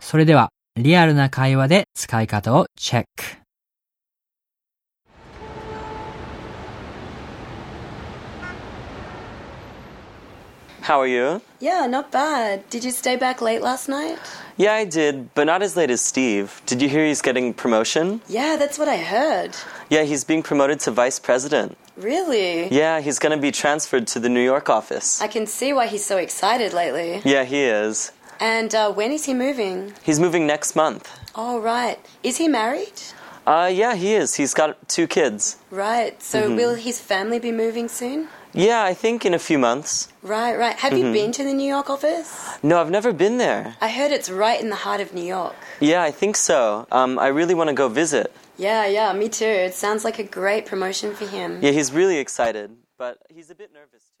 それでは、リアルな会話で使い方をチェック。 How are you? Yeah, not bad. Did you stay back late last night? Yeah, I did, but not as late as Steve. Did you hear he's getting promotion? Yeah, that's what I heard. Yeah, he's being promoted to vice president. Really? Yeah, he's gonna be transferred to the New York office. I can see why he's so excited lately. Yeah, he is. And uh, when is he moving? He's moving next month. Oh, right. Is he married? Uh, yeah, he is. He's got two kids. Right. So will his family be moving soon? Yeah, I think in a few months. Right, right. Have you been to the New York office? No, I've never been there. I heard it's right in the heart of New York. Yeah, I think so. Um, I really wanna go visit. Yeah, yeah, me too. It sounds like a great promotion for him. Yeah, he's really excited, but he's a bit nervous.